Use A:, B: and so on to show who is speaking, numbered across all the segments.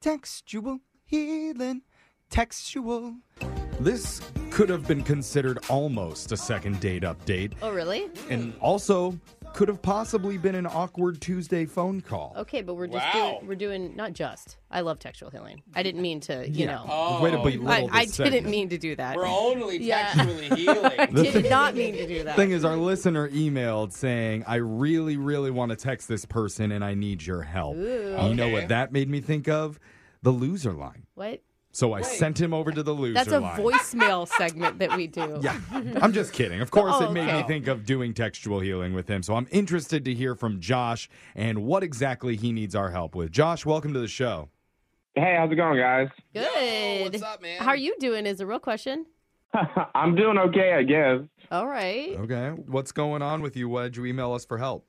A: Textual healing. Textual.
B: This could have been considered almost a second date update,
C: Oh, really?
B: and also could have possibly been an awkward Tuesday phone call.
C: Okay, but we're just
D: Wow.
C: doing, we're doing not just. I love textual healing. I didn't mean to, you know.
B: Way to belittle
C: I, I
B: this
C: didn't
B: segment.
C: mean to do that.
D: We're only
C: Yeah.
D: textually healing.
B: The
C: Did not mean to do that.
B: thing is, our listener emailed saying, I really, really want to text this person and I need your help. You know
D: Okay.
B: what that made me think of? The loser line.
C: what?
B: So I sent him over to the loser
C: That's a
B: line.
C: voicemail segment that we do.
B: yeah, I'm just kidding. Of course,
C: Oh,
B: it made me
C: okay.
B: think of doing textual healing with him. So I'm interested to hear from Josh and what exactly he needs our help with. Josh, welcome to the show.
E: Hey, how's it going, guys?
D: Yo,
C: Good.
D: what's up, man?
C: How are you doing? Is a real question.
E: I'm doing okay, I guess.
C: All right.
B: Okay, what's going on with you? Why did you email us for help?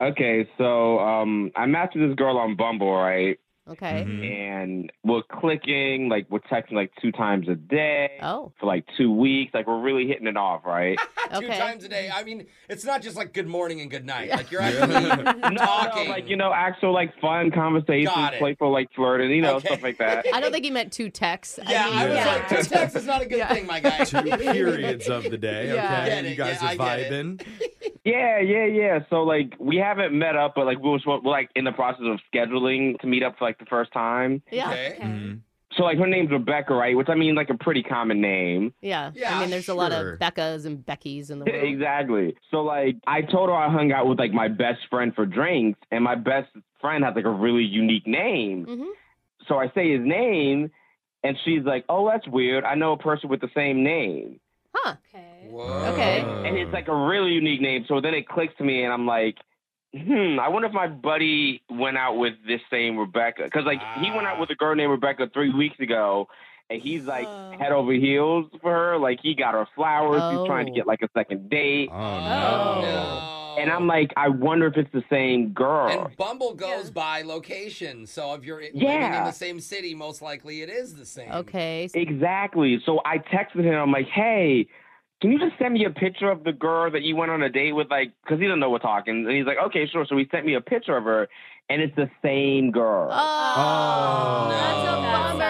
E: Okay, so um, I matched with this girl on Bumble, right?
B: Oh.
C: Okay.
B: Mm-hmm.
D: Mm-hmm.
E: And we're clicking, like we're texting like two times a day
C: Oh.
E: for like two weeks. Like we're really hitting it off, right?
D: Two
C: Okay.
D: times a day. I mean, it's not just like good morning and good night. Like you're actually talking.
E: like you know, actual like fun conversations,
D: Got it.
E: playful like flirting, you know,
D: Okay.
E: stuff like that.
C: I don't think he meant two texts.
D: yeah,
C: mean,
D: I was
C: yeah.
D: like, two texts is not a good thing, my guy.
B: Mm-hmm. Two periods of the day.
C: Yeah.
B: Okay,
D: Get
B: you
D: it,
B: guys
D: yeah,
B: are
D: I get it.
B: vibing.
E: yeah, yeah, yeah. So like we haven't met up, but like we were, supposed- we're like in the process of scheduling to meet up for like the first time.
C: yeah.
D: Okay.
B: Mhm.
E: So like her name's Rebecca, right? Which I mean, like a pretty common name.
C: Yeah.
D: Yeah,
C: I mean, there's a lot
B: sure.
C: of Beccas and Beckys in the world.
E: Exactly. So like I told her I hung out with like my best friend for drinks and my best friend has like a really unique name.
C: Mhm.
E: So I say his name and she's like, "Oh, that's weird. I know a person with the same name."
C: Huh.
F: Okay.
D: Whoa.
C: Okay.
E: And it's like a really unique name. So then it clicks to me and I'm like, "Hmm, I wonder if my buddy went out with this same Rebecca cuz like he went out with a girl named Rebecca 3 weeks ago." And he's like
C: Oh.
E: head over heels for her. Like he got her flowers. He's trying to
C: Oh.
E: get like a second date.
B: Oh,
C: Oh.
B: no.
E: And I'm like, I wonder if it's the same girl.
D: And Bumble goes by location, so if you're living in
E: Yeah.
D: the same city, most likely it is the same.
C: Okay.
E: exactly. So I texted him. I'm like, hey, can you just send me a picture of the girl that you went on a date with? Like, because he doesn't know we're talking. And he's like, okay, sure. So he sent me a picture of her, and it's the same girl.
C: Oh,
B: Oh.
C: that's a
D: That
C: bummer.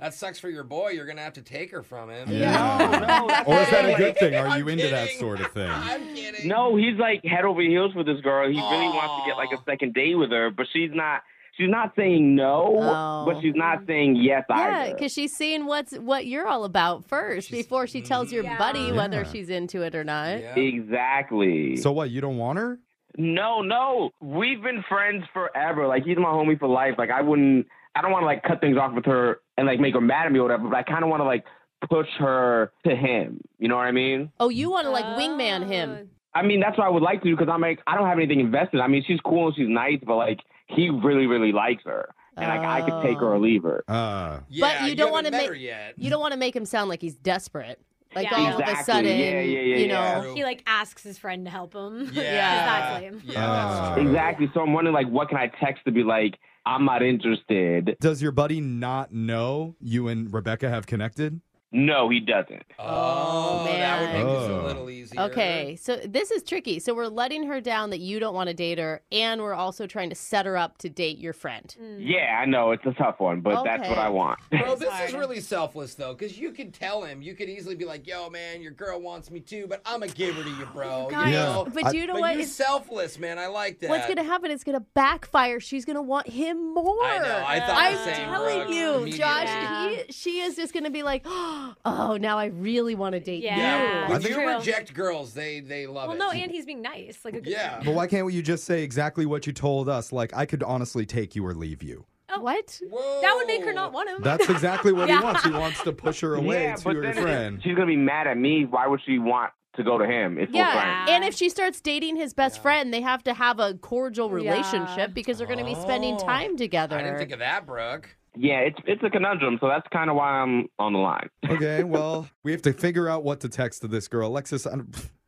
D: That sucks for your boy. You're gonna have to take her from him.
E: No, no,
B: Or is that a
E: that's-
B: good thing? Are
D: I'm
B: you into that
D: kidding.
B: sort of thing?
D: I'm kidding.
E: No, he's like head over heels for this girl. He really
D: Aw.
E: wants to get like a second date with her, but she's not. She's not saying no,
C: Oh.
E: but she's not saying yes
C: Yeah,
E: either.
C: because she's seeing what's what you're all about first
D: She's-
C: before she tells your
F: Yeah.
C: buddy
B: Yeah.
C: whether she's into it or not.
D: Yeah.
E: Exactly.
B: So what? You don't want her?
E: No, no. We've been friends forever. Like he's my homie for life. Like I wouldn't I don't wanna like cut things off with her and like make her mad at me or whatever, but I kinda wanna like push her to him. You know what I mean?
C: Oh, you want to like wingman
F: Oh.
C: him?
E: I mean that's what I would like to do because I'm like I don't have anything invested. I mean she's cool and she's nice, but like he really, really likes her. And like I could take her or
C: Oh.
E: leave her.
B: Uh,
D: Yeah,
C: you don't
D: haven't
C: wanna
D: met
C: make-
D: her yet.
C: You don't want to make him sound like he's desperate. Like
F: Yeah.
C: all of a
E: Exactly.
C: sudden,
E: Yeah, yeah, yeah,
C: you
E: yeah.
C: know.
F: He like asks his friend to help him.
D: Yeah.
F: That's lame.
D: Oh. Yeah, that's
B: Oh.
D: true.
E: Exactly. So I'm wondering like what can I text to be like, I'm not interested.
B: does your buddy not know you and Rebecca have connected?
E: No, he doesn't.
D: Oh, that would make
B: man.
D: this a
B: Oh.
D: little easier.
C: Okay, so this is tricky. So we're letting her down that you don't want to date her, and we're also trying to set her up to date your friend.
E: Yeah, I know, it's a tough one, but that's what
C: Hmm. Okay.
E: I want.
D: Bro, this is really selfless though, because you could tell him, you could easily be like, "Yo, man, your girl wants me too, but I'm gonna give her to you, bro."
F: Guys,
D: you
B: Yeah.
D: know?
C: But
B: I-
C: you know
D: But
C: what?
D: you're
C: It's-
D: selfless, man. I like that.
C: What's going to happen is going to backfire. She's going to want him more.
D: I know. I thought the
C: I'm
D: same.
C: telling
D: Brooke,
C: you,
D: immediately.
C: Josh,
F: Yeah.
C: he, she is just going to be like, oh, now I really want to date
F: Yeah.
D: Yeah.
C: you.
D: When
F: it's
D: you
F: true.
D: reject girls, they they love
F: Well,
D: it.
F: no, and he's being nice, like a good
D: Yeah.
F: friend.
B: But why can't you just say exactly what you told us? Like, I could honestly take you or leave you.
F: Oh,
C: What?
D: Whoa.
F: That would make her not want him.
B: That's exactly what
F: Yeah.
B: he wants. He wants to push her away
E: yeah,
B: to
E: but
B: her
E: then
B: friend.
E: she's gonna be mad at me. Why would she want to go to him? It's yeah. friend.
C: Yeah. And if she starts dating his best friend, they have to have a cordial
F: Yeah.
C: relationship because they're going to be spending
D: Oh.
C: time together.
D: I didn't think of that, Brooke.
E: Yeah, it's it's a conundrum. So that's kind of why I'm on the line.
B: Okay, well, we have to figure out what to text to this girl. Alexis, I'm,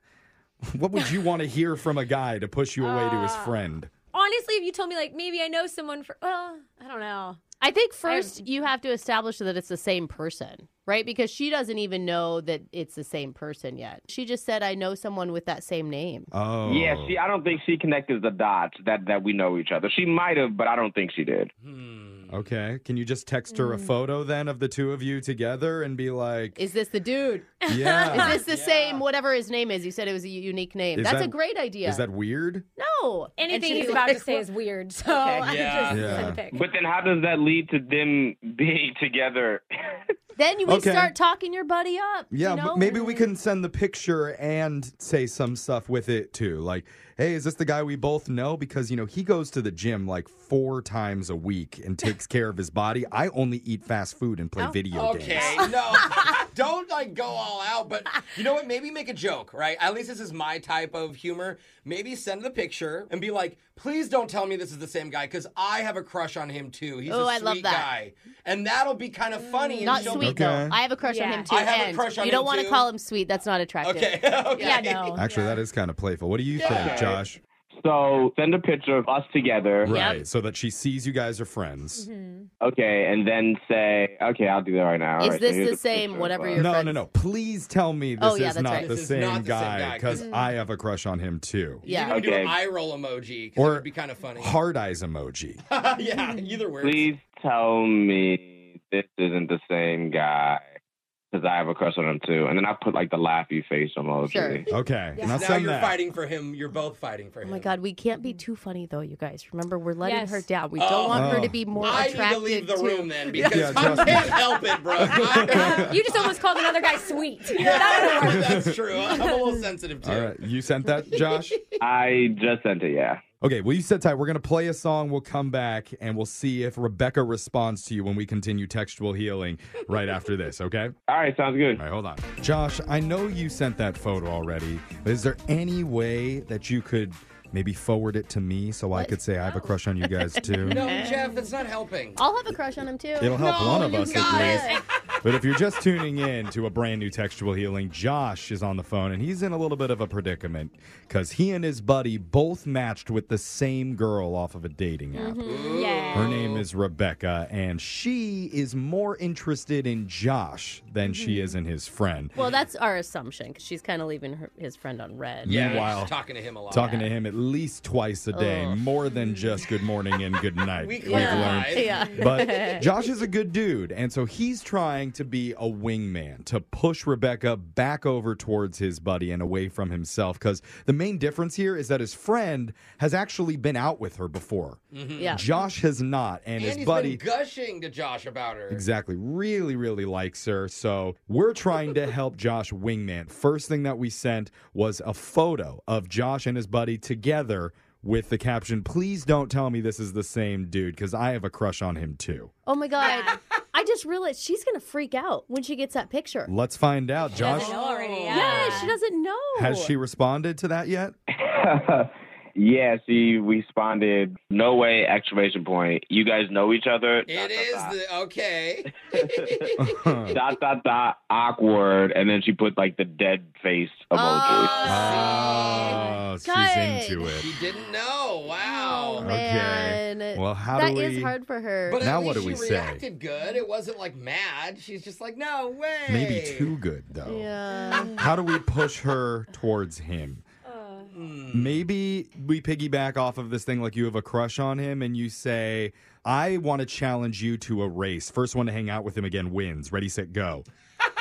B: what would you want to hear from a guy to push you away to his friend?
F: Honestly, if you told me like maybe I know someone for well, I don't know.
C: I think 1st you have to establish that it's the same person, right? Because she doesn't even know that it's the same person yet. She just said, I know someone with that same name.
B: Oh.
E: Yeah, she. I don't think she connected the dots that that we know each other. She might have, but I don't think she did.
D: Hmm.
B: Okay. Can you just text her a photo then of the two of you together and be like,
C: Is this the dude?
B: yeah.
C: Is this the same, whatever his name is? You said it was a u- unique name.
B: Is
C: That's
B: that-
C: a great idea.
B: Is that weird?
C: no. And
F: Anything
C: she's
F: he's about to
C: like,
F: say is weird, so I
D: Yeah.
F: just
B: Yeah.
F: said pick.
E: But then how does that lead to them being together?
C: Then you would
B: Okay.
C: start talking your buddy up.
B: Yeah,
C: you know?
B: but maybe we can send the picture and say some stuff with it too. Like, hey, is this the guy we both know? Because, you know, he goes to the gym like four times a week and takes care of his body. I only eat fast food and play video
D: Okay,
B: games.
D: no, don't like go all out. But you know what? Maybe make a joke, right? At least this is my type of humor. Maybe send the picture and be like, "Please don't tell me this is the same guy, because I have a crush on him too. He's a
C: Ooh, I
D: sweet
C: love that.
D: guy, and that'll be kind of funny." and
C: Not
D: she'll-
C: sweet
B: Okay.
C: though. I have a crush on
F: Yeah.
C: him too.
D: I have a
C: and
D: crush on
C: you don't
D: him,
C: want
D: too.
C: to call him sweet. That's not attractive.
D: Okay. okay.
F: Yeah, no.
B: Actually, that is kind of playful. What do you
D: Yeah.
B: think, Josh?
E: So send a picture of us together.
B: Right. So that she sees you guys are friends.
F: Mm-hmm.
E: Okay, and then say, okay, I'll do that right now.
C: Is
E: All right,
C: this
E: so here's
C: the same
E: picture
C: whatever
E: of us.
C: you're-
B: no,
C: friends.
B: no, no. Please tell me this
C: Oh, yeah,
B: is
C: that's
B: not
C: right.
B: the
D: This is
B: same
D: not the same
B: guy
D: guy,
B: because
D: 'cause-
B: I have a crush on him too.
D: You
C: Yeah.
D: can do
E: Okay.
D: an eye roll emoji,
B: Or-
D: or it'd be kind of funny.
B: Hard eyes emoji.
D: yeah, either works.
E: Please tell me this isn't the same guy because I have a crush on him too. And then I put like the laughy face emoji.
C: Sure.
B: Okay.
F: Yeah.
B: And I'll
D: Now
B: send
D: you're
B: that.
D: fighting for him. You're both fighting for
C: Oh
D: him.
C: my God, we can't be too funny though, you guys. Remember, we're letting
F: Yes.
C: her down. We
D: Oh.
C: don't want her
B: Oh.
C: to be more
D: I need to
C: attractive.
D: leave the
C: to-
D: room then because
B: Yeah,
D: I
B: trust me.
D: can't help it, bro. I-
F: Um, You just almost called another guy sweet. That would've worked.
D: That's true. I'm a little sensitive too.
B: All right. You sent that, Josh?
E: I just sent it, yeah.
B: Okay, well, you sit tight. We're going to play a song. We'll come back and we'll see if Rebecca responds to you when we continue textual healing right after this, okay?
E: All right, sounds good.
B: All right, hold on. Josh, I know you sent that photo already, but is there any way that you could maybe forward it to me so I could say I have a crush on you guys too?
D: No, Jeff, that's not helping.
C: I'll have a crush on him too.
B: It'll help
D: No,
B: one of
D: you
B: us
D: got
B: at least. But if you're just tuning in to a brand new textual healing, Josh is on the phone and he's in a little bit of a predicament because he and his buddy both matched with the same girl off of a dating app.
D: Mm-hmm.
F: Yeah.
B: Her name is Rebecca, and she is more interested in Josh than
D: Mm-hmm.
B: she is in his friend.
C: Well, that's our assumption because she's kind of leaving her, his friend on red.
D: Yeah,
B: Meanwhile-
D: she's talking to him a lot.
B: Talking to him at least twice a day,
C: Ugh.
B: more than just good morning and good night.
D: We
B: we've learned.
D: clarified.
C: Yeah.
B: But Josh is a good dude, and so he's trying to be a wingman to push Rebecca back over towards his buddy and away from himself. Because the main difference here is that his friend has actually been out with her before.
C: Yeah.
B: Josh has not, and,
D: And
B: his
D: he's
B: buddy
D: been gushing to Josh about her.
B: Exactly. Really, really likes her. So we're trying to help Josh Wingman. First thing that we sent was a photo of Josh and his buddy together with the caption, Please don't tell me this is the same dude, because I have a crush on him too.
C: Oh my God. I just realized she's going to freak out when she gets that picture.
B: Let's find out. Josh,
F: I know already. Yeah.
C: Yeah, she doesn't know.
B: has she responded to that yet?
E: yeah, see, we responded, no way, exclamation point. You guys know each other.
D: It is the okay.
B: Oh,
D: Uh,
E: the... Dot, dot, dot, awkward. And then she put like the dead face emoji.
D: Ah.
B: Oh, she's
C: Good.
B: into it.
D: She didn't know.
C: Oh,
D: Wow.
C: man.
B: Well, how
C: That
B: do
C: is
B: we-
C: hard for her.
D: But
B: Now
D: at
B: what
D: least
B: do we
D: she
B: say?
D: reacted good. It wasn't like mad. She's just like, no way.
B: Maybe too good, though.
C: yeah.
B: How do we push her towards him?
C: Uh.
B: Maybe we piggyback off of this thing like you have a crush on him and you say, I want to challenge you to a race. First one to hang out with him again wins. Ready, set, go.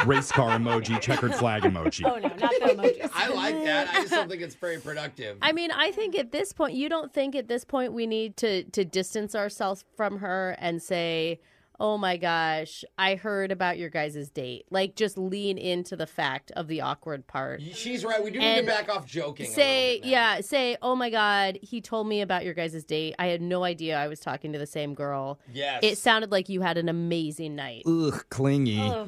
B: Race car emoji, checkered flag
F: Oh
B: emoji.
F: no, not the emojis.
D: I like that. I just don't think it's very productive.
C: I mean, I think at this point, you don't think at this point we need to to distance ourselves from her and say, "Oh my gosh, I heard about your guys' date." Like, just lean into the fact of the awkward part.
D: She's right. We do need to
C: And
D: back off joking. a
C: Say,
D: little bit now.
C: yeah, say, "Oh my god, he told me about your guys' date. I had no idea I was talking to the same girl.
D: Yes.
C: It sounded like you had an amazing night."
B: Ugh, clingy.
F: Oh,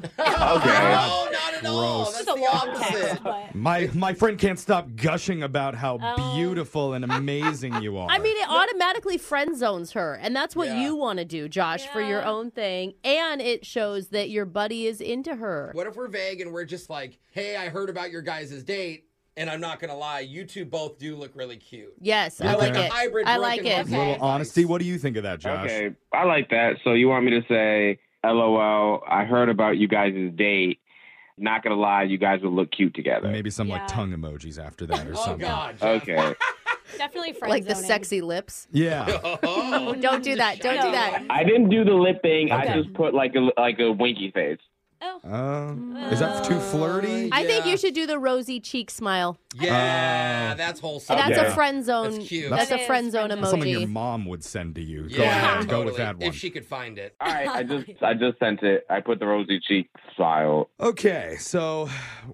D: No, not at all.
B: Gross.
D: That's
F: it's a
D: the
F: long
D: opposite.
F: text, but
B: My my friend can't stop gushing about how beautiful and amazing you are.
C: Oh. I mean, it automatically friend zones her, and that's what
D: Yeah.
C: you want to do, Josh, for your
F: Yeah.
C: own thing. And it shows that your buddy is into her.
D: What if we're vague and we're just like, hey, I heard about your guys' date, and I'm not going to lie, you two both do look really cute.
C: Yes, I
B: Okay.
C: like
B: Like a
C: it.
D: hybrid
C: I
D: work
C: like
D: and
C: it.
D: life.
B: a little
D: Nice.
B: honesty. What do you think of that, Josh?
E: Okay, I like that. So you want me to say, LOL, I heard about you guys' date. Not gonna lie, you guys would look cute together.
B: Maybe some like
F: Yeah.
B: tongue emojis after that or
D: Oh,
B: something.
D: God. Jeff.
E: Okay.
F: Definitely friend
C: like the
F: zoning.
C: sexy lips.
B: Yeah.
D: Oh.
C: Don't do that. Don't do that.
E: I didn't do the lip thing. I
B: Okay.
E: just put like a like a winky face.
F: Oh,
B: Um, is that too
C: Uh,
B: flirty?
C: I think
D: Yeah.
C: you should do the rosy cheek smile.
D: Yeah, that's wholesome.
C: That's
B: Uh, Okay.
C: a friend zone.
D: That's cute.
C: That's
F: That
C: a
F: is
C: friend zone
F: friend
B: That's something your
C: emoji.
B: mom would send to you. go
D: Yeah,
B: ahead and go with
D: totally.
B: that one.
D: If she could find it.
E: All right, I just I just sent it. I put the rosy cheek style.
B: Okay, so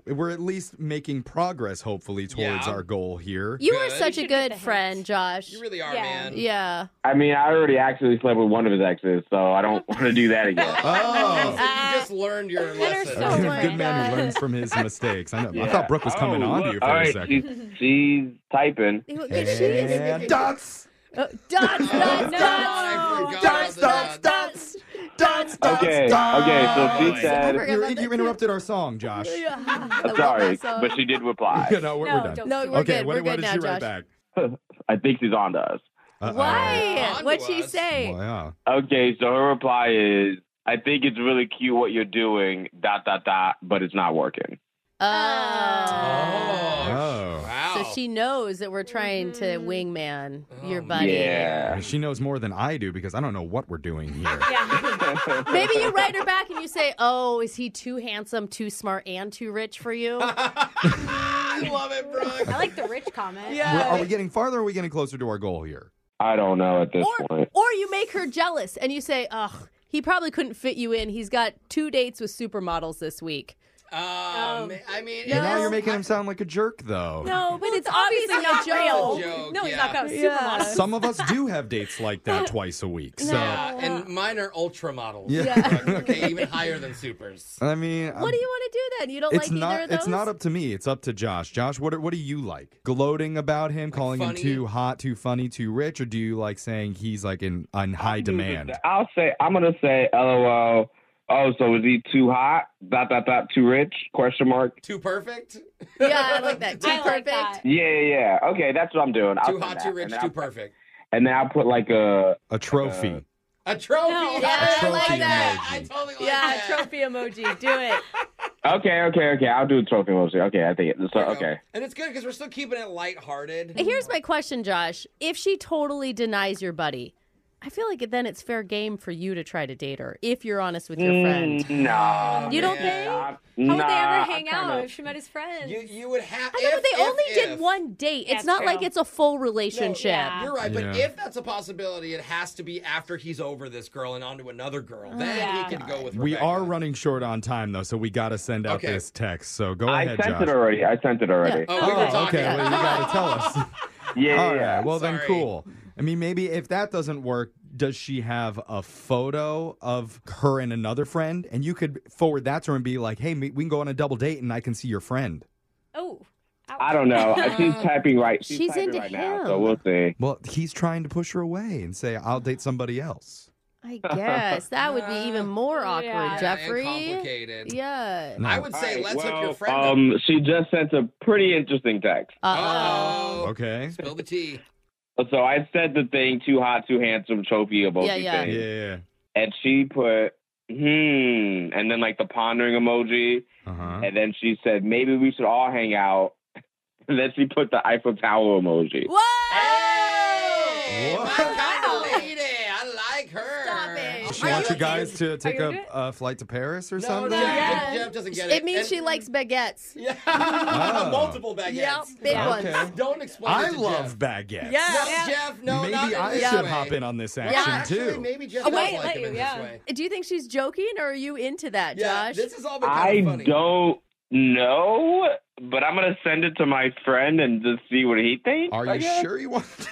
B: we're at least making progress, hopefully, towards
D: Yeah.
B: our goal here.
C: You are
D: Good.
C: such
F: You
C: a
F: should get
C: good
F: the
C: friend,
F: hint.
C: Josh.
D: You really are,
F: Yeah.
D: man.
C: yeah.
E: I mean, I already actually slept with one of his exes, so I don't want to do that again.
D: So
B: Oh,
D: you just learned your
F: Men are
D: lesson.
F: so
B: a
F: Oh
B: Uh, good
F: my
B: man who
F: God.
B: learns from his mistakes. I know. I
E: Yeah.
B: thought Brooke was coming
E: Oh,
B: on to you
E: look,
B: for
E: all
B: a
E: right,
B: second.
E: She's, she's typing.
C: Look at she is-
B: And dots,
C: Oh, dots,
D: Oh,
C: dots,
F: No.
D: I forgot
B: dots,
D: about
B: dots,
D: that.
B: dots, dots, dots.
E: Okay, okay. So
D: Oh,
E: she
C: I
E: said,
C: forgot
B: You,
C: about
B: you
C: that.
B: interrupted our song, Josh.
C: dots.
E: sorry, but she did reply.
B: no, we're, we're
F: No,
B: done.
F: don't.
C: No, we're
B: okay,
C: good.
B: what,
C: we're
B: what
C: good
B: did
C: now,
B: she
C: Josh.
B: write back?
E: I think she's on to us.
B: Uh-oh.
C: Why?
D: On
C: What'd
D: to
C: she
D: us.
C: say?
B: Well, yeah.
E: Okay, so her reply is, I think it's really cute what you're doing, dot, dot, dot, but it's not working.
C: Oh.
B: Oh.
D: Oh, wow.
C: So she knows that we're trying to wingman your
D: Oh,
C: buddy.
E: Yeah.
B: She knows more than I do because I don't know what we're doing here.
C: Maybe you write her back and you say, "Oh, is he too handsome, too smart, and too rich for you?"
D: I love it, Brooke.
F: I like the rich comment.
B: We're- are we getting farther or are we getting closer to our goal here?
E: I don't know at this
C: Or
E: point.
C: or you make her jealous and you say, "Ugh, he probably couldn't fit you in. He's got two dates with supermodels this week."
D: Um,
C: Oh.
D: I mean,
B: But now
D: it's-
B: you're making him sound like a jerk, though.
F: No, but it's
C: obviously
F: obviously not
C: not
F: real.
D: a joke,
F: no, he's
D: yeah.
F: not going to
C: Yeah.
F: supermodel.
B: Some of us do have dates like that twice a week. So,
D: Yeah, uh, and mine are ultra models.
B: Yeah.
D: okay, even higher than supers.
B: I mean,
C: What do you want to do then? You don't
B: It's
C: like either
B: not.
C: of those?
B: It's not up to me. It's up to Josh. Josh, what are, what do you like? Gloating about him, calling him
D: funny?
B: too hot, too funny, too rich, or do you like saying he's like in on high demand?
E: I'll say, I'm going to say, LOL. Oh, so is he too hot? Dot, dot, dot, too rich? Question mark.
D: Too perfect?
C: yeah, I like that. Too
F: I like
C: perfect.
F: that.
E: Yeah, yeah, yeah. Okay, that's what I'm doing. I'll
D: Too
E: send
D: hot,
E: that.
D: too rich,
E: and then
D: too
E: I'll-
D: perfect.
E: And then I'll put like a.
B: A trophy.
E: Uh,
D: A trophy.
F: No.
C: Yeah,
B: I like
D: totally
B: that.
D: I totally like
C: Yeah,
D: that.
C: trophy emoji. Do it.
E: Okay, okay, okay. I'll do a trophy emoji. Okay, I think it. So,
D: There you go.
E: okay.
D: And it's good because we're still keeping it lighthearted.
C: Here's my question, Josh. If she totally denies your buddy, I feel like then it's fair game for you to try to date her if you're honest with your friend.
E: Mm, No.
C: You don't
D: Ah, man.
C: think?
E: Nah,
C: How
F: How would
E: nah,
F: they ever
E: I'm
F: hang
E: kinda-
F: out if she met his friends?
D: You, you would have.
C: I know,
D: if-
C: but they
D: if-
C: only did
D: if.
C: one date. It's
F: That's
C: not
F: true.
C: like it's a full relationship.
F: yeah.
D: You're right, but
B: Yeah.
D: if that's a possibility, it has to be after he's over this girl and onto another girl.
C: Uh,
D: Then
F: Yeah.
D: he can go with.
B: we
D: Rebecca.
B: are running short on time though, so we got to send out
D: Okay.
B: this text. So go
E: I
B: ahead,
E: sent
B: Josh.
E: it already. I sent it already.
D: Oh, we
B: Oh,
D: were talking.
B: okay. Well, you got to tell us.
E: Yeah, yeah,
B: All
E: yeah.
B: right. Well, then
D: Sorry.
B: cool. I mean, maybe if that doesn't work, does she have a photo of her and another friend? And you could forward that to her and be like, hey, me- we can go on a double date and I can see your friend.
F: oh, ouch.
E: I don't know. She's typing right. She's,
C: She's
E: typing
C: into
E: right now, so
C: him.
E: we'll see.
B: Well, he's trying to push her away and say, I'll date somebody else.
C: I guess that would be even more awkward,
F: Yeah.
D: Yeah, and
C: Jeffrey.
D: complicated.
C: Yeah.
B: No.
D: I would say
E: All right,
D: let's
E: well,
D: hook your friend up.
E: um, she just sent a pretty interesting text.
C: Uh
D: oh.
B: Okay.
D: Spill the tea.
E: So I said the thing too hot, too handsome, trophy emoji
C: Yeah, yeah.
E: thing,
B: Yeah.
E: and she put hmm, and then like the pondering emoji,
B: Uh huh.
E: and then she said maybe we should all hang out. And then she put the Eiffel Tower emoji.
C: oh. What?
D: Hey,
B: What?
D: my kind
C: Wow.
D: of lady. I like her.
C: Stop it.
B: She
C: Are
B: wants
C: you-
B: you guys to take
F: you
B: a,
F: into it?
B: a flight to Paris or
D: No,
B: something?
D: Jeff,
C: Yeah.
D: Jeff doesn't get it.
C: It means
D: And-
C: she likes baguettes.
D: Yeah.
B: Oh.
D: Multiple baguettes.
C: Yep, big
B: Okay.
C: ones.
D: Don't explain.
B: I
D: it to
B: love
D: Jeff.
B: baguettes.
C: Yeah.
D: No, Jeff. No,
B: Maybe
D: not in
B: I
D: this
B: should
D: way.
B: hop in on this action
D: Actually,
B: too.
D: maybe Jeff
F: Oh,
D: does
F: wait,
D: like
F: let
D: him
F: you,
D: in
F: yeah.
D: this way.
C: Do you think she's joking, or are you into that,
D: Yeah,
C: Josh?
D: this has all been kind
E: I
D: of funny.
E: don't know, but I'm gonna send it to my friend and just see what he thinks.
B: Are
E: I
B: you
E: guess.
B: sure you want to?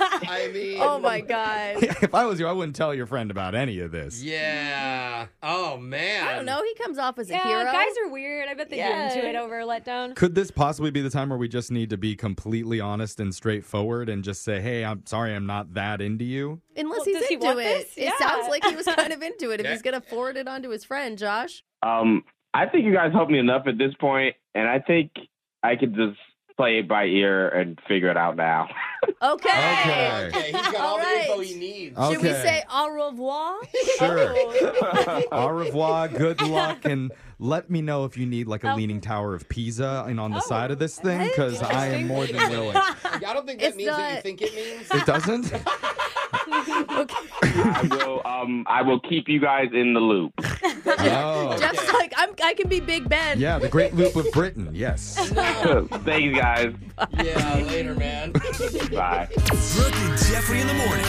D: I mean,
C: oh my god.
B: if I was you, I wouldn't tell your friend about any of this.
D: Yeah. Oh man.
C: I don't know. He comes off as a
F: Yeah,
C: hero.
F: guys are weird. I bet they
C: Yeah.
F: get into it over a letdown.
B: Could this possibly be the time where we just need to be completely honest and straightforward and just say, "Hey, I'm sorry, I'm not that into you."
C: Unless
F: Well,
C: he's
F: does
C: into
F: he want
C: it.
F: this?
C: It
F: Yeah.
C: sounds like he was kind of into it. If
D: Yeah.
C: he's gonna forward it on to his friend, Josh.
E: Um, I think you guys helped me enough at this point, and I think I could just play it by ear and figure it out now.
C: Okay.
B: Okay.
D: Okay, he's got all,
C: All
D: the info
C: right.
D: he needs.
B: Okay.
C: Should we say au revoir?
F: Oh.
B: Sure. Au revoir, good luck, and let me know if you need like a leaning tower of Pisa and on the side of this thing because I am more than willing.
D: I don't think that
C: It's
D: means what you
C: not-
D: think it means.
B: It doesn't?
E: I will. Um, I will keep you guys in the loop.
B: Oh.
C: Jeff's like, I'm, I can be Big Ben.
B: Yeah, the Great Loop of Britain. Yes.
E: Thanks, guys.
D: yeah, later, man.
E: Bye.
G: Brooke and Jeffrey in the morning.